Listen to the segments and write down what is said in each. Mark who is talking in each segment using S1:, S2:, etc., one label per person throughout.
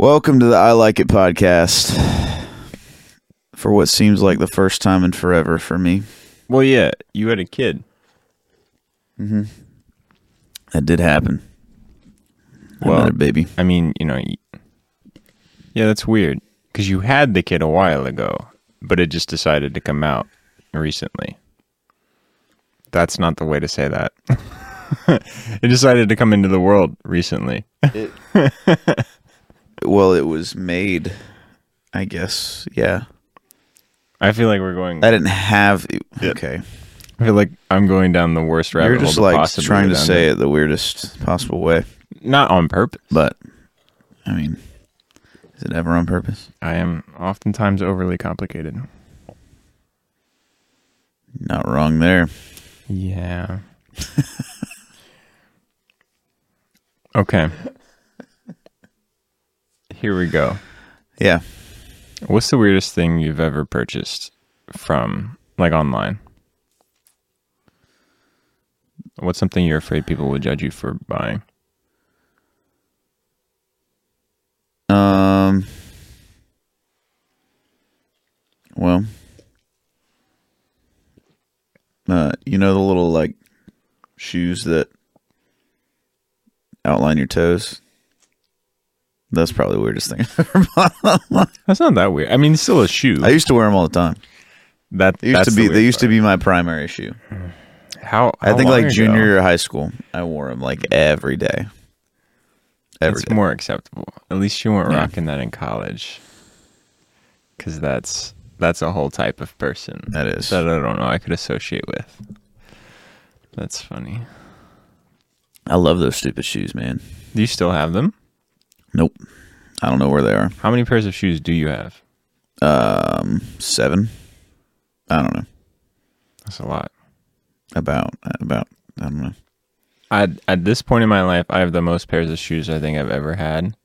S1: Welcome to the I Like It podcast. For what seems like the first time in forever for me,
S2: Well, yeah, you had a kid.
S1: that did happen.
S2: Well-
S1: Another baby.
S2: I mean, you know, y- yeah, that's weird because you had the kid a while ago, but it just decided to come out recently. That's not the way to say that. it decided to come into the world recently.
S1: Well, it was made, I guess. Yeah,
S2: I feel like we're going.
S1: I didn't have. Okay,
S2: I feel like I'm going down the worst rabbit
S1: you're
S2: hole.
S1: just
S2: to
S1: like
S2: possibly
S1: trying to
S2: down
S1: say it the weirdest possible way.
S2: there. not on purpose.
S1: But I mean, is it ever on purpose?
S2: I am oftentimes overly complicated.
S1: Not wrong there.
S2: Yeah. okay. Here we go.
S1: Yeah.
S2: What's the weirdest thing you've ever purchased from, like, online? What's something you're afraid people would judge you for buying?
S1: Um. Well, uh, you know the little like shoes that outline your toes. That's probably the weirdest thing I've ever bought.
S2: That's not that weird. I mean, it's still a shoe.
S1: I used to wear them all the time.
S2: that
S1: They used to be they used to be my primary shoe.
S2: to be. How,
S1: I
S2: how
S1: think
S2: long
S1: like
S2: ago?
S1: junior year of high school, I wore them like every day. Every
S2: it's
S1: day.
S2: more acceptable. At least you weren't
S1: Yeah.
S2: rocking that in college, because that's that's a whole type of person
S1: That is.
S2: that I don't know I could associate with. That's funny.
S1: I love those stupid shoes, man.
S2: Do you still have them?
S1: Nope. I don't know where they are.
S2: How many pairs of shoes do you have?
S1: um seven i don't know
S2: That's a lot.
S1: about about i don't know
S2: I at this point in my life, I have the most pairs of shoes I think I've ever had.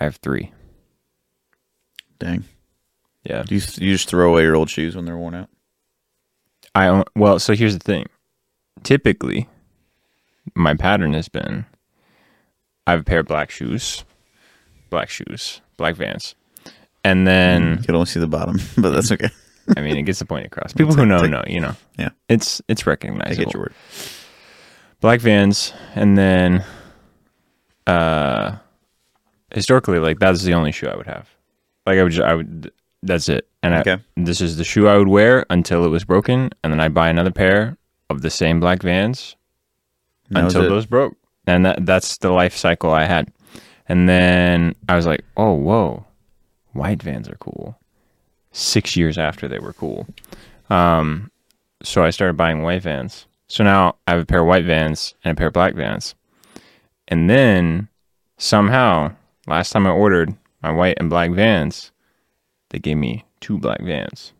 S2: I have three.
S1: dang
S2: Yeah.
S1: do you, you just throw away your old shoes when they're worn out
S2: I own, well, so here's the thing. Typically, my pattern has been I have a pair of black shoes, black shoes, black Vans, and
S1: you
S2: then
S1: could only see the bottom but that's okay
S2: I mean it gets the point across. People who know
S1: Take-
S2: know, you know.
S1: yeah
S2: It's it's
S1: i
S2: recognizable.
S1: get your word
S2: black Vans, and then uh, historically, like that's the only shoe I would have. Like I would, just, I would. That's it. And I,
S1: Okay.
S2: this is the shoe I would wear until it was broken, and then I buy another pair of the same black Vans
S1: That was
S2: until
S1: it.
S2: those broke. And that that's the life cycle I had. And then I was like, oh whoa, white vans are cool. Six years after they were cool. Um so I started buying white vans. So now I have a pair of white vans and a pair of black vans. And then somehow last time I ordered my white and black vans, they gave me two black vans.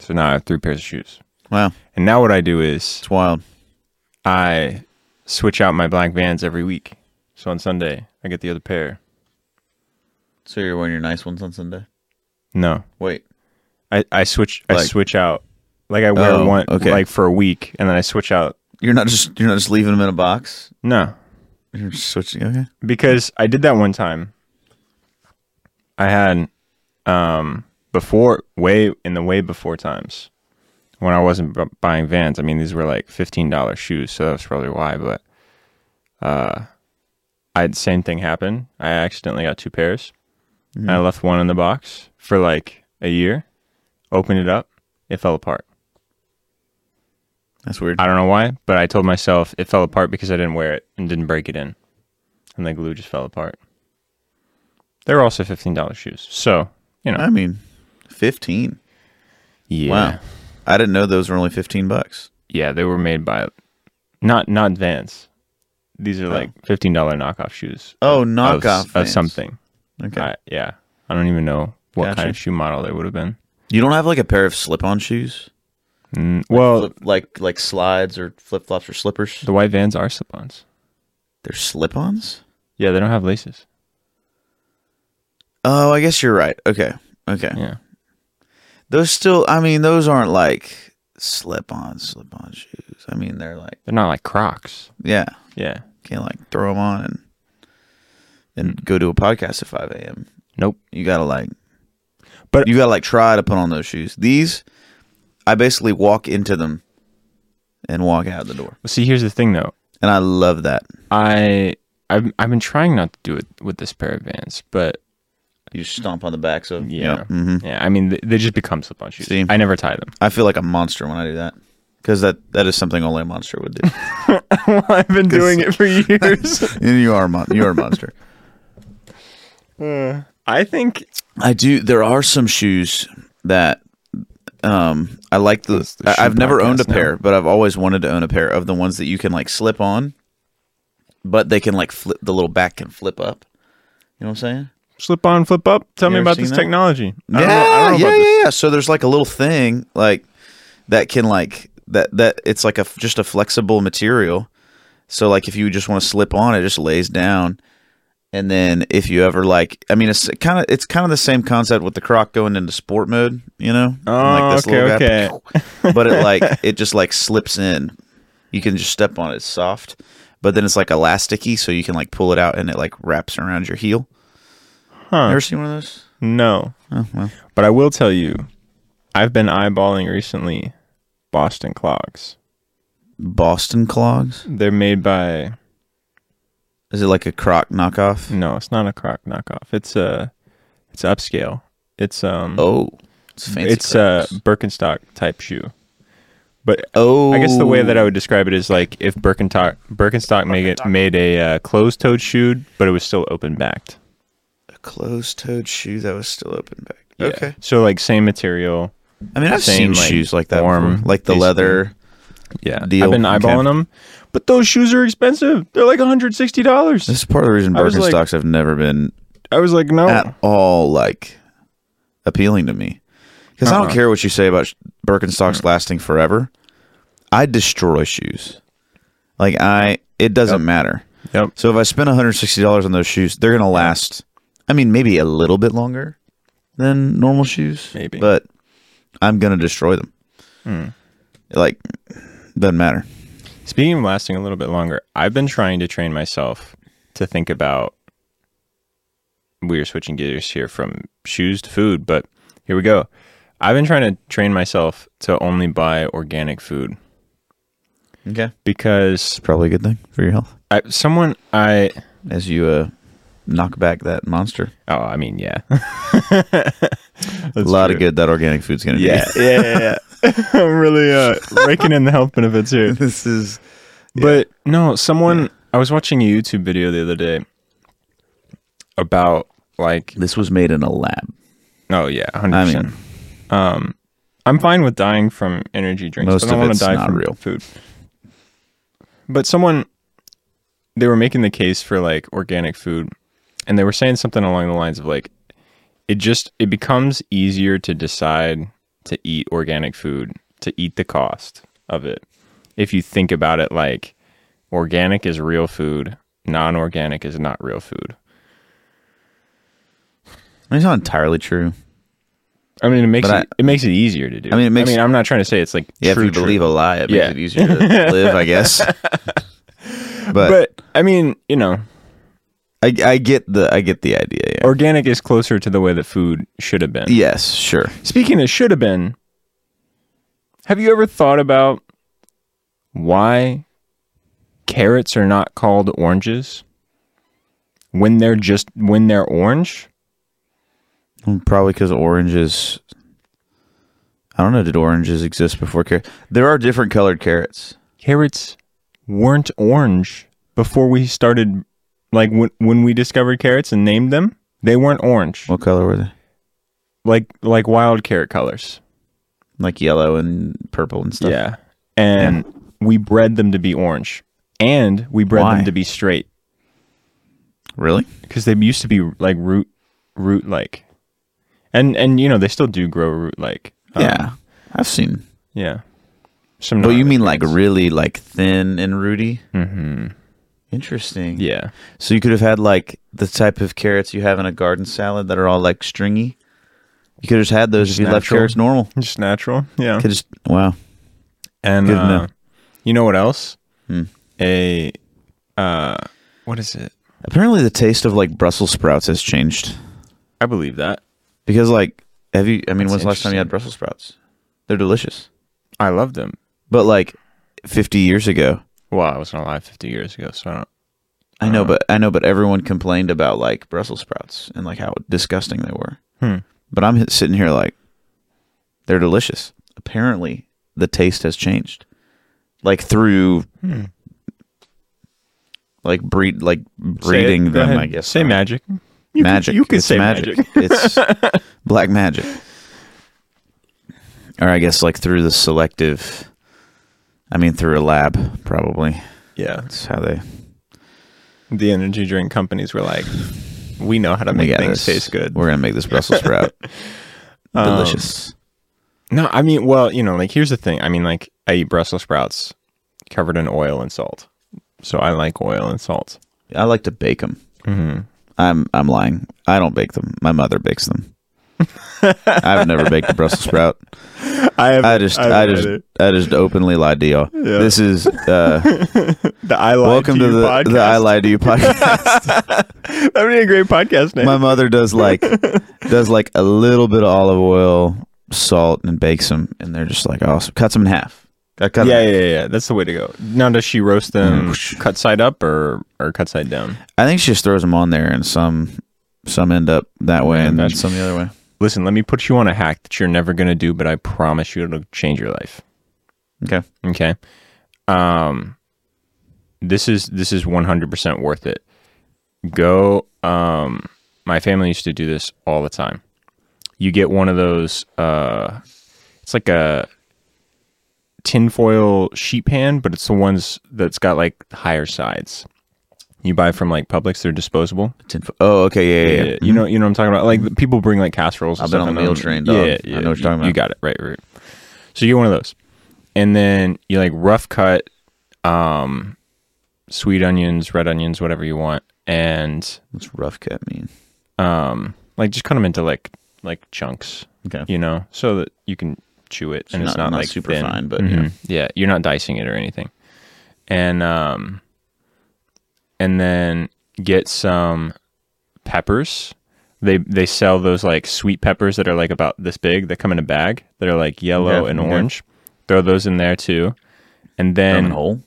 S2: So now I have three pairs of shoes.
S1: wow
S2: And now what I do is
S1: it's wild
S2: I switch out my black vans every week. So on Sunday, I get the other pair.
S1: so you're wearing your nice ones on sunday
S2: No,
S1: wait
S2: I, I switch I
S1: Like-
S2: switch out. Like I wear
S1: Oh,
S2: one
S1: okay.
S2: like for a week, and then I switch out.
S1: you're not just you're not just leaving them in a box
S2: No,
S1: you're just switching okay
S2: because I did that one time. I had um before way in the way before times when I wasn't bu buying Vans. I mean, these were like fifteen dollar shoes, so that's probably why. But uh, I had same thing happen. I accidentally got two pairs. I left one in the box for like a year. Opened it up, it fell apart.
S1: that's weird
S2: I don't know why, but I told myself it fell apart because I didn't wear it and didn't break it in. And the glue just fell apart. They were also $15 shoes. So, you know.
S1: i mean 15
S2: Yeah.
S1: wow i didn't know those were only 15 bucks
S2: Yeah, they were made by not not Vans. These are like $15 knockoff shoes.
S1: oh
S2: of-
S1: knockoff
S2: Of,
S1: Vans.
S2: something.
S1: okay
S2: I, yeah. I don't even know what
S1: Gotcha.
S2: kind of shoe model they would have been.
S1: you don't have like a pair of slip-on shoes
S2: Mm, well,
S1: Flip- like like slides or flip flops or slippers.
S2: the white Vans are slip-ons.
S1: They're slip-ons.
S2: Yeah, they don't have laces.
S1: Oh, I guess you're right. Okay, okay.
S2: Yeah.
S1: Those still, I mean, those aren't like slip-on slip-on shoes. I mean, they're like,
S2: They're not like Crocs.
S1: yeah,
S2: Yeah.
S1: can't like throw them on and and go do a podcast at 5 a.m.
S2: Nope.
S1: You gotta like,
S2: But-
S1: but you gotta like try to put on those shoes. These, I basically walk into them and walk out the door,
S2: See, here's the thing though.
S1: and I love that.
S2: I I've I've been trying not to do it with this pair of Vans, but
S1: You just stomp on the backs of
S2: yeah,
S1: hmm
S2: yeah. I mean, they, they just become slip-on shoes.
S1: See?
S2: I never tie them.
S1: I feel like a monster when I do that because that that is something only a monster would do.
S2: I've been doing it for years.
S1: and you are a mon- you are a monster.
S2: I think
S1: I do. There are some shoes that um I like the.
S2: That's the
S1: I,
S2: shoe
S1: have never owned a
S2: podcast now.
S1: pair, but I've always wanted to own a pair of the ones that you can like slip on, but they can like flip the little back can flip up. You know what I'm saying?
S2: slip on, flip up. Tell
S1: You
S2: me
S1: ever
S2: about
S1: seen
S2: this
S1: that?
S2: technology.
S1: yeah,
S2: I don't know, I don't know
S1: yeah,
S2: about this.
S1: yeah, yeah. So there's like a little thing like that can like that that it's like a f- just a flexible material. So like if you just want to slip on, it just lays down. And then if you ever like, I mean, it's kind of it's kind of the same concept with the Croc going into sport mode, you know? And,
S2: Oh,
S1: like
S2: okay,
S1: little guy, but it like it just like slips in. You can just step on it. It's soft, but then it's like elasticy, so you can like pull it out and it like wraps around your heel.
S2: Huh.
S1: You ever seen one of those?
S2: No,
S1: Oh well.
S2: but I will tell you, I've been eyeballing recently Boston clogs.
S1: Boston clogs.
S2: They're made by
S1: Is it like a croc knockoff?
S2: no, it's not a croc knockoff. It's a it's upscale. It's um
S1: Oh, it's fancy.
S2: it's uh, a
S1: Crocs.
S2: Birkenstock type shoe. But
S1: oh,
S2: I guess the way that I would describe it is like if Birkenstock Birkenstock made it, made a uh, closed-toed shoe, but it was still open-backed.
S1: a closed-toed shoe that was still open back.
S2: Yeah.
S1: Okay,
S2: So like same material.
S1: I mean I've
S2: Same,
S1: seen
S2: like,
S1: shoes like that,
S2: form,
S1: before. like the
S2: basically.
S1: leather.
S2: Yeah. I've
S1: Deal.
S2: been
S1: Okay.
S2: eyeballing them, but those shoes are expensive. They're like $160.
S1: This is part of the reason
S2: I was like- Oh.
S1: Birkenstocks have never been
S2: I was like, no.
S1: at all like appealing to me because I don't
S2: Uh-uh. Mm.
S1: care what you say about sh- Birkenstocks lasting forever. I destroy shoes. Like I, it doesn't matter.
S2: Yep.
S1: So if I spend one hundred sixty dollars on those shoes, they're gonna last. I mean, maybe a little bit longer than normal shoes.
S2: Maybe. Hmm.
S1: but I'm gonna destroy them. Like, doesn't matter.
S2: Speaking of lasting a little bit longer, I've been trying to train myself to think about. We are switching gears here from shoes to food, but here we go. I've been trying to train myself to only buy organic food
S1: Okay,
S2: because
S1: probably a good thing for your health
S2: I, someone I
S1: as you uh, knock back that monster.
S2: oh I mean yeah
S1: a lot of good that organic food's gonna
S2: yeah
S1: do.
S2: yeah yeah, yeah. I'm really uh, raking in the health benefits here.
S1: this is
S2: But no, someone I was watching a YouTube video the other day about like
S1: this was made in a lab.
S2: oh yeah, 100%.
S1: I
S2: um I'm fine with dying from energy drinks.
S1: Most
S2: but I
S1: of
S2: don't want
S1: it's
S2: to die
S1: not
S2: from
S1: real.
S2: food. But someone they were making the case for like organic food and they were saying something along the lines of like it just it becomes easier to decide to eat organic food, to eat the cost of it. If you think about it like organic is real food, non-organic is not real food.
S1: I mean, it's not entirely true.
S2: I mean, it makes
S1: But
S2: it, it makes it easier to do.
S1: I mean, it makes-
S2: I mean, I'm not trying to say it's like
S1: Yeah,
S2: true,
S1: if you
S2: true.
S1: believe a lie, it makes
S2: Yeah.
S1: it easier to live, I guess. but
S2: but I mean, you know,
S1: I, I get the I get the idea. Yeah.
S2: organic is closer to the way that food should have been.
S1: yes, sure.
S2: Speaking of should have been, have you ever thought about why carrots are not called oranges when they're just when they're orange?
S1: Mm, Probably because oranges. I don't know. Did oranges exist before carrots? There are different colored carrots.
S2: Carrots weren't orange before we started like when when we discovered carrots and named them, they weren't orange.
S1: What color were they?
S2: like like wild carrot colors.
S1: Like yellow and purple and stuff.
S2: Yeah. And we bred them to be orange. And we bred
S1: Why?
S2: them to be straight
S1: Really?
S2: cuz they used to be like root root like. And and you know, they still do grow root like. um,
S1: yeah, I've seen.
S2: Yeah. Some
S1: But you
S2: gnarly
S1: mean like
S2: things.
S1: really like thin and rooty? Mm-hmm. Interesting.
S2: Yeah.
S1: So you could have had like the type of carrots you have in a garden salad that are all like stringy. You could have just had those if you left
S2: natural.
S1: carrots normal.
S2: Just natural. Yeah.
S1: Could just wow.
S2: And
S1: Good to
S2: uh,
S1: know.
S2: you know what else?
S1: Hmm.
S2: A uh what is it?
S1: Apparently, the taste of like Brussels sprouts has changed
S2: I believe that.
S1: because, like, have you? I mean,
S2: That's
S1: when's the last time you had
S2: interesting.
S1: Brussels sprouts? They're delicious,
S2: I love them.
S1: but like, fifty years ago,
S2: Well, I wasn't alive 50 years ago, so I don't.
S1: I know, but I know, but everyone complained about like Brussels sprouts and like how disgusting they were.
S2: Hmm.
S1: But I'm h- sitting here like, they're delicious. Apparently, the taste has changed, like through,
S2: Hmm.
S1: like breed, like breeding them. I guess
S2: Say magic. You
S1: magic.
S2: Could, you could
S1: It's
S2: say magic.
S1: magic. it's black magic. Or I guess like through the selective. I mean, through a lab, probably.
S2: Yeah.
S1: That's how they.
S2: The energy drink companies were like, we know how to
S1: We
S2: make
S1: got
S2: things
S1: this.
S2: taste good. Um,
S1: We're gonna make this Brussels sprout delicious.
S2: No, I mean, well, you know, like here's the thing. I mean, like I eat Brussels sprouts covered in oil and salt, so I like oil and salt.
S1: I like to bake them.
S2: Mm-hmm.
S1: I'm I'm lying. I don't bake them. My mother bakes them. I've never baked a Brussels sprout.
S2: I have.
S1: I just I, just I just openly lied to y'all. This is uh,
S2: the I lie
S1: welcome to,
S2: You
S1: the
S2: podcast.
S1: the I lie to you podcast.
S2: That would be a great podcast name.
S1: My mother does like does like a little bit of olive oil, salt, and bakes them, and they're just like awesome. Cuts them in half. I cut 'em
S2: yeah,
S1: in
S2: yeah, yeah, yeah. That's the way to go. Now, does she roast them
S1: Whoosh.
S2: cut side up or or cut side down?
S1: I think she just throws them on there, and some some end up that way,
S2: Man,
S1: and then
S2: that's-
S1: some the other way.
S2: Listen, let me put you on a hack that you're never gonna do, but I promise you it'll change your life.
S1: Okay.
S2: Okay. Um this is this is 100% worth it. Go um my family used to do this all the time. You get one of those uh it's like a tinfoil sheet pan, but it's the ones that's got like higher sides. You buy from like Publix, they're disposable.
S1: Tinfo- Oh, okay, yeah, yeah. yeah.
S2: You know, you know what I'm talking about. Like the people bring like casseroles. and
S1: I've been
S2: stuff
S1: on
S2: and
S1: the meal
S2: I'm-
S1: train,
S2: Yeah,
S1: dog.
S2: yeah,
S1: I know what you're talking
S2: You
S1: about.
S2: got it right, right. So you get one of those, and then you like rough cut, um, sweet onions, red onions, whatever you want, and
S1: What's rough cut mean?
S2: um, like just cut them into like like chunks,
S1: Okay.
S2: you know, so that you can chew it and it's not, like
S1: super
S2: thin.
S1: fine, but
S2: Mhm. yeah, you're not dicing it or anything. And um and then get some peppers. They they sell those like sweet peppers that are like about this big that come in a bag that are like yellow
S1: Yeah,
S2: and
S1: yeah.
S2: orange. Throw those in there too. And then
S1: whole.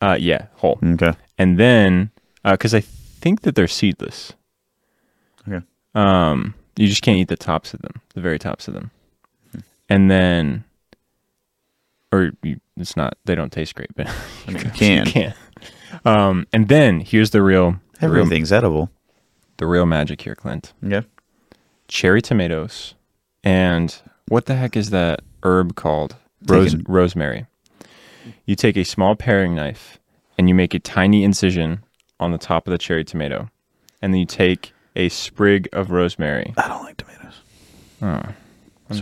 S2: uh yeah, whole.
S1: Okay.
S2: And then uh 'cause cuz I think that they're seedless.
S1: Okay.
S2: Um, you just can't eat the tops of them, the very tops of them, and then, or you, it's not. They don't taste great, but
S1: I mean, you can.
S2: you can't. Um, and then here's the real, the real,
S1: Everything's edible.
S2: the real magic here, Clint.
S1: Yeah.
S2: Cherry tomatoes, and what the heck is that herb called? Rose,
S1: Taken.
S2: rosemary. You take a small paring knife and you make a tiny incision on the top of the cherry tomato, and then you take a sprig of rosemary.
S1: I don't like tomatoes.
S2: I'm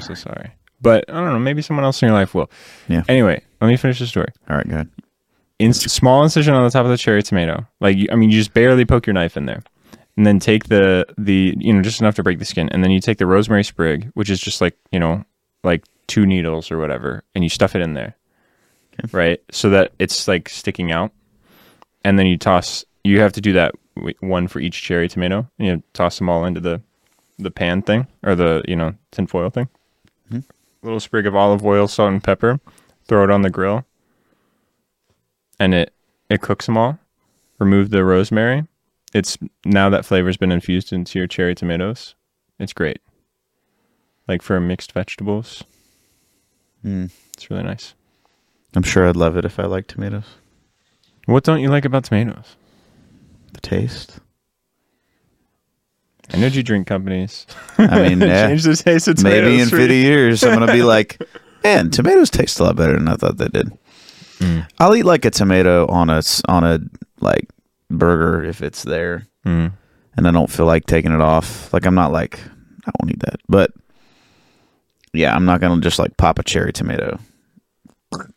S2: so sorry. But I don't know. Maybe someone else in your life will.
S1: Yeah.
S2: Anyway, let me finish the story.
S1: All right, go ahead.
S2: In small incision on the top of the cherry tomato. Like you, I mean, you just barely poke your knife in there, and then take the the you know just enough to break the skin, and then you take the rosemary sprig, which is just like you know like two needles or whatever, and you stuff it in there, right? So that it's like sticking out, and then you toss. You have to do that wi- one for each cherry tomato, and you toss them all into the the pan thing or the you know tinfoil thing little sprig of olive oil, salt, and pepper. Throw it on the grill, and it it cooks them all. Remove the rosemary. It's now that flavor's been infused into your cherry tomatoes. It's great. Like for mixed vegetables,
S1: Mm.
S2: it's really nice.
S1: I'm sure I'd love it if I liked tomatoes.
S2: What don't you like about tomatoes?
S1: The taste.
S2: Energy drink companies.
S1: I mean, yeah.
S2: Change the taste of tomatoes.
S1: Maybe in
S2: for
S1: 50
S2: you.
S1: years, I'm gonna be like, man, tomatoes taste a lot better than I thought they did. I'll eat like a tomato on a s- on a like burger if it's there,
S2: Mm.
S1: and I don't feel like taking it off. Like I'm not like I won't eat that, but yeah, I'm not gonna just like pop a cherry tomato.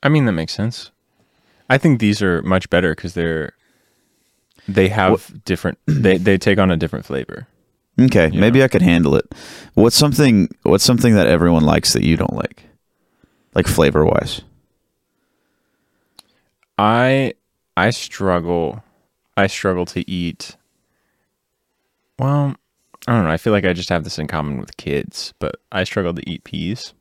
S2: I mean, that makes sense. I think these are much better because they're they have different. They they take on a different flavor.
S1: Okay,
S2: You
S1: maybe I could handle it. What's something what's something that everyone likes that you don't like? Like flavor wise.
S2: I I struggle I struggle to eat Well, I don't know. I feel like I just have this in common with kids, but I struggle to eat peas.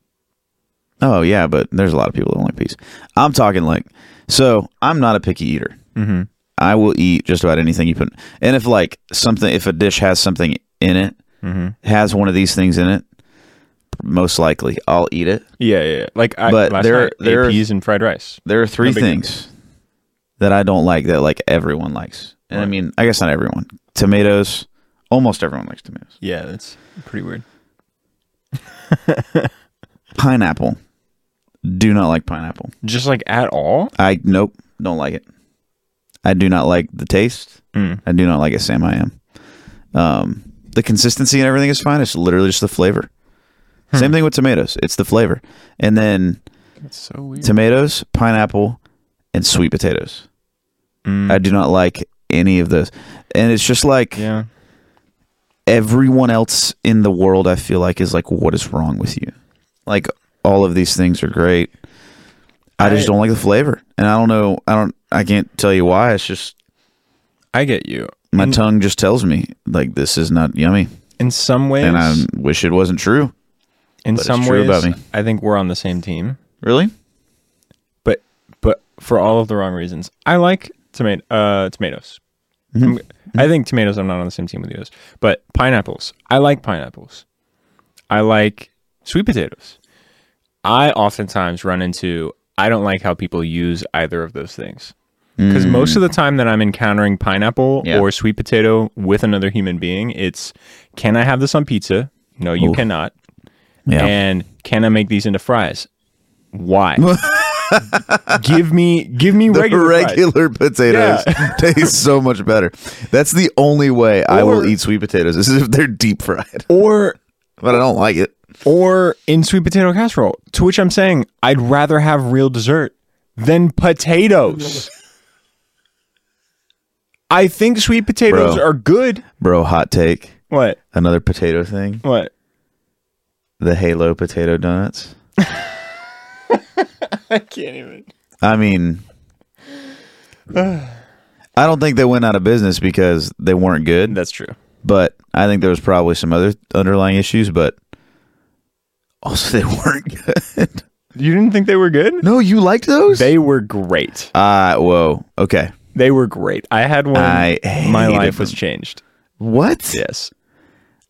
S1: Oh yeah, but there's a lot of people that don't like peas. I'm talking like so I'm not a picky eater.
S2: Mm-hmm.
S1: I will eat just about anything you put. And if like something, if a dish has something in it,
S2: Mm-hmm.
S1: has one of these things in it, most likely I'll eat it.
S2: Yeah, yeah, yeah. Like I
S1: But
S2: last
S1: there-
S2: night, ate
S1: there-
S2: peas and fried rice.
S1: There are three
S2: No big deal.
S1: things that I don't like that like everyone likes. And I
S2: Right.
S1: mean, I guess not everyone. Tomatoes, almost everyone likes tomatoes.
S2: Yeah, that's pretty weird.
S1: Pineapple, do not like pineapple.
S2: Just like at all?
S1: I nope, don't like it. I do not like the taste.
S2: Mm.
S1: I do not like it, Sam. I am. Um, the consistency and everything is fine. It's literally just the flavor.
S2: Hmm.
S1: Same thing with tomatoes. It's the flavor, and then
S2: That's so weird.
S1: tomatoes, pineapple, and sweet potatoes.
S2: Mm.
S1: I do not like any of those, and it's just like
S2: yeah.
S1: everyone else in the world. I feel like is like, what is wrong with you? Like all of these things are great. I,
S2: I-
S1: just don't like the flavor, and I don't know. I don't. I can't tell you why. It's just
S2: I get you.
S1: my
S2: in,
S1: tongue just tells me like this is not yummy,
S2: in some ways,
S1: and I wish it wasn't true.
S2: in
S1: but it's
S2: some
S1: true
S2: ways,
S1: about me.
S2: I think we're on the same team.
S1: Really?
S2: but but for all of the wrong reasons. I like tomato uh, tomatoes. I'm- I think tomatoes. I'm not on the same team with you, guys. but pineapples. I like pineapples. I like sweet potatoes. I oftentimes run into. I don't like how people use either of those things because most of the time that I'm encountering pineapple
S1: Yeah.
S2: or sweet potato with another human being, it's can I have this on pizza? No, you cannot.
S1: Yeah.
S2: And can I make these into fries? Why? give me give me regular, fries.
S1: regular potatoes taste so much better. That's the only way I will
S2: Or-
S1: eat sweet potatoes is if they're deep fried.
S2: or
S1: But I don't like it.
S2: or in sweet potato casserole. To which I'm saying I'd rather have real dessert than potatoes. I think sweet potatoes
S1: Bro.
S2: are good.
S1: Bro, hot take.
S2: What?
S1: Another potato thing.
S2: What?
S1: The Halo potato donuts.
S2: I can't even.
S1: I mean I don't think they went out of business because they weren't good,
S2: That's true.
S1: but I think there was probably some other underlying issues, but also they weren't good.
S2: You didn't think they were good?
S1: no, you liked those?
S2: They were great.
S1: uh whoa. Okay.
S2: They were great. I had one.
S1: I
S2: my
S1: hated
S2: life was
S1: them.
S2: changed.
S1: What?
S2: Yes,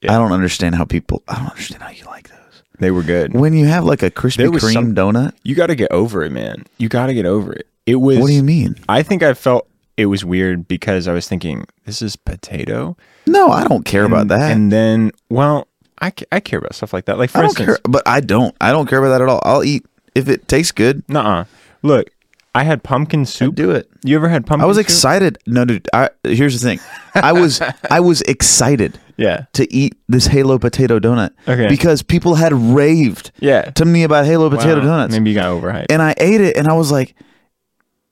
S1: I don't understand how people. I don't understand how you like those.
S2: they were good.
S1: When you have like a Krispy
S2: There was
S1: Kreme
S2: some-
S1: donut,
S2: You got to get over it, man. You got to get over it. It was.
S1: what do you mean?
S2: I think I felt it was weird because I was thinking this is potato.
S1: No, I don't care about
S2: And-
S1: that.
S2: And then, well, I, ca- I care about stuff like that. Like
S1: I
S2: for
S1: don't
S2: instance,
S1: care, but I don't. I don't care about that at all. I'll eat if it tastes good.
S2: nuh-uh. Look, I had pumpkin soup.
S1: Do it.
S2: You ever had pumpkin?
S1: I was
S2: soup?
S1: excited. No, dude. I, here's the thing. I was I was excited
S2: Yeah.
S1: to eat this Halo potato donut.
S2: Okay.
S1: Because people had raved
S2: Yeah.
S1: to me about Halo potato
S2: Wow.
S1: donuts,
S2: Maybe you got overhyped.
S1: and I ate it, and I was like,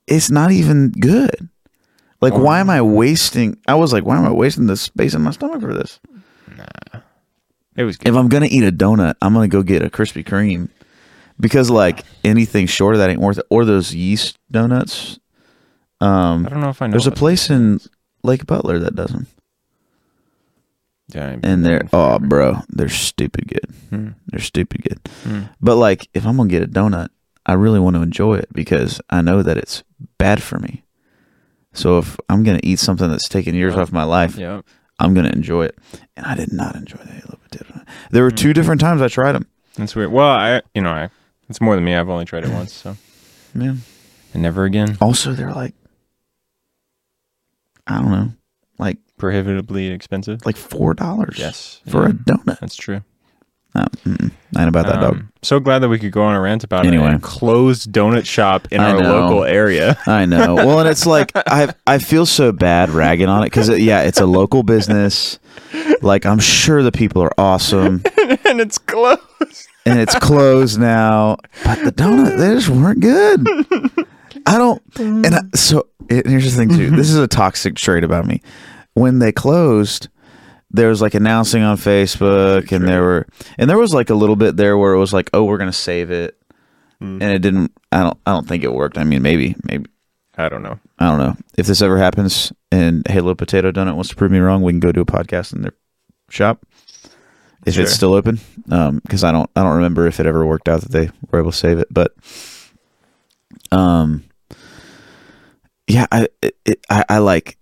S1: it's not even good. Like, why am I wasting? I was like, why am I wasting this space in my stomach for this?
S2: it was good.
S1: if I'm gonna eat a donut, I'm gonna go get a Krispy Kreme because like anything short of that ain't worth it. Or those yeast donuts.
S2: I don't know if I know.
S1: There's a
S2: what-
S1: place in Lake Butler that does them,
S2: Yeah, I-
S1: and they're oh bro, they're stupid good.
S2: Hmm.
S1: They're stupid good. But like, if I'm gonna get a donut, I really want to enjoy it because I know that it's bad for me. So if I'm gonna eat something that's taken years off my life,
S2: yeah.
S1: I'm gonna enjoy it. And I did not enjoy the Halo potato. donut. There were
S2: Hmm.
S1: two different times I tried them.
S2: That's weird. Well, I you know I it's more than me. I've only tried it once, so
S1: Yeah.
S2: and never again.
S1: also they're like i don't know like
S2: Prohibitively expensive.
S1: like four dollars
S2: Yes,
S1: for
S2: yeah,
S1: a donut
S2: that's true.
S1: no, mm-mm, not about that dog
S2: Um, so glad that we could go on a rant about
S1: Anyway.
S2: it. A closed donut shop in
S1: I
S2: our
S1: know.
S2: local area.
S1: i know well and it's like i i feel so bad ragging on it because it, yeah it's a local business like i'm sure the people are awesome
S2: and it's closed.
S1: and it's closed now but the donut they just weren't good i don't and I, so and here's the thing too this is a toxic trait about me when they closed there was like announcing on Facebook, and there were and there was like a little bit there where it was like, oh, we're gonna save it, and it didn't. I don't. I don't think it worked. I mean, maybe, maybe
S2: I don't know.
S1: I don't know if this ever happens and Halo Potato Donut wants to prove me wrong. We can go do a podcast in their shop if
S2: Sure.
S1: it's still open because I don't I don't remember if it ever worked out that they were able to save it but um yeah I it, it, I, I like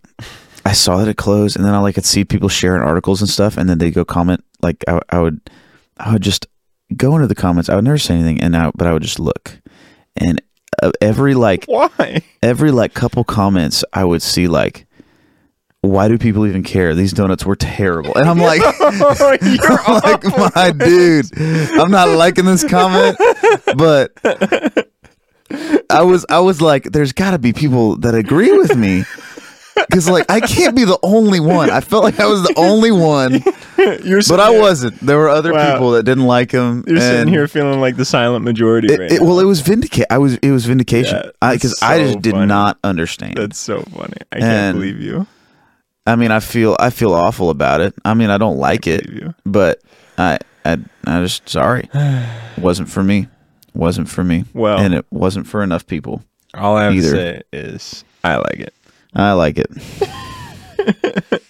S1: I saw that it closed and then I like could see people sharing articles and stuff and then they go comment like I, I would I would just go into the comments I would never say anything and I but I would just look and uh, every like
S2: Why?
S1: every like couple comments I would see like why do people even care these donuts were terrible and I'm like
S2: Oh, You're
S1: I'm like my dude i'm not liking this comment but i was i was like there's gotta be people that agree with me because like i can't be the only one i felt like i was the only one
S2: You're
S1: but
S2: sitting
S1: i
S2: here-
S1: wasn't there were other
S2: Wow.
S1: people that didn't like him
S2: You're sitting
S1: and
S2: here feeling like the silent majority
S1: it,
S2: right
S1: it-
S2: now.
S1: well it was vindicate i was it was vindication
S2: Yeah,
S1: because
S2: that's
S1: I,
S2: so
S1: just did
S2: funny.
S1: not understand
S2: That's so funny. I
S1: And-
S2: can't believe you.
S1: i mean i feel i feel awful about it i mean i don't like it
S2: Believe you.
S1: but I, I, I just sorry. wasn't for me. Wasn't for me.
S2: Well-
S1: and it wasn't for enough people.
S2: All I have
S1: Either.
S2: to say is I like it.
S1: I like it.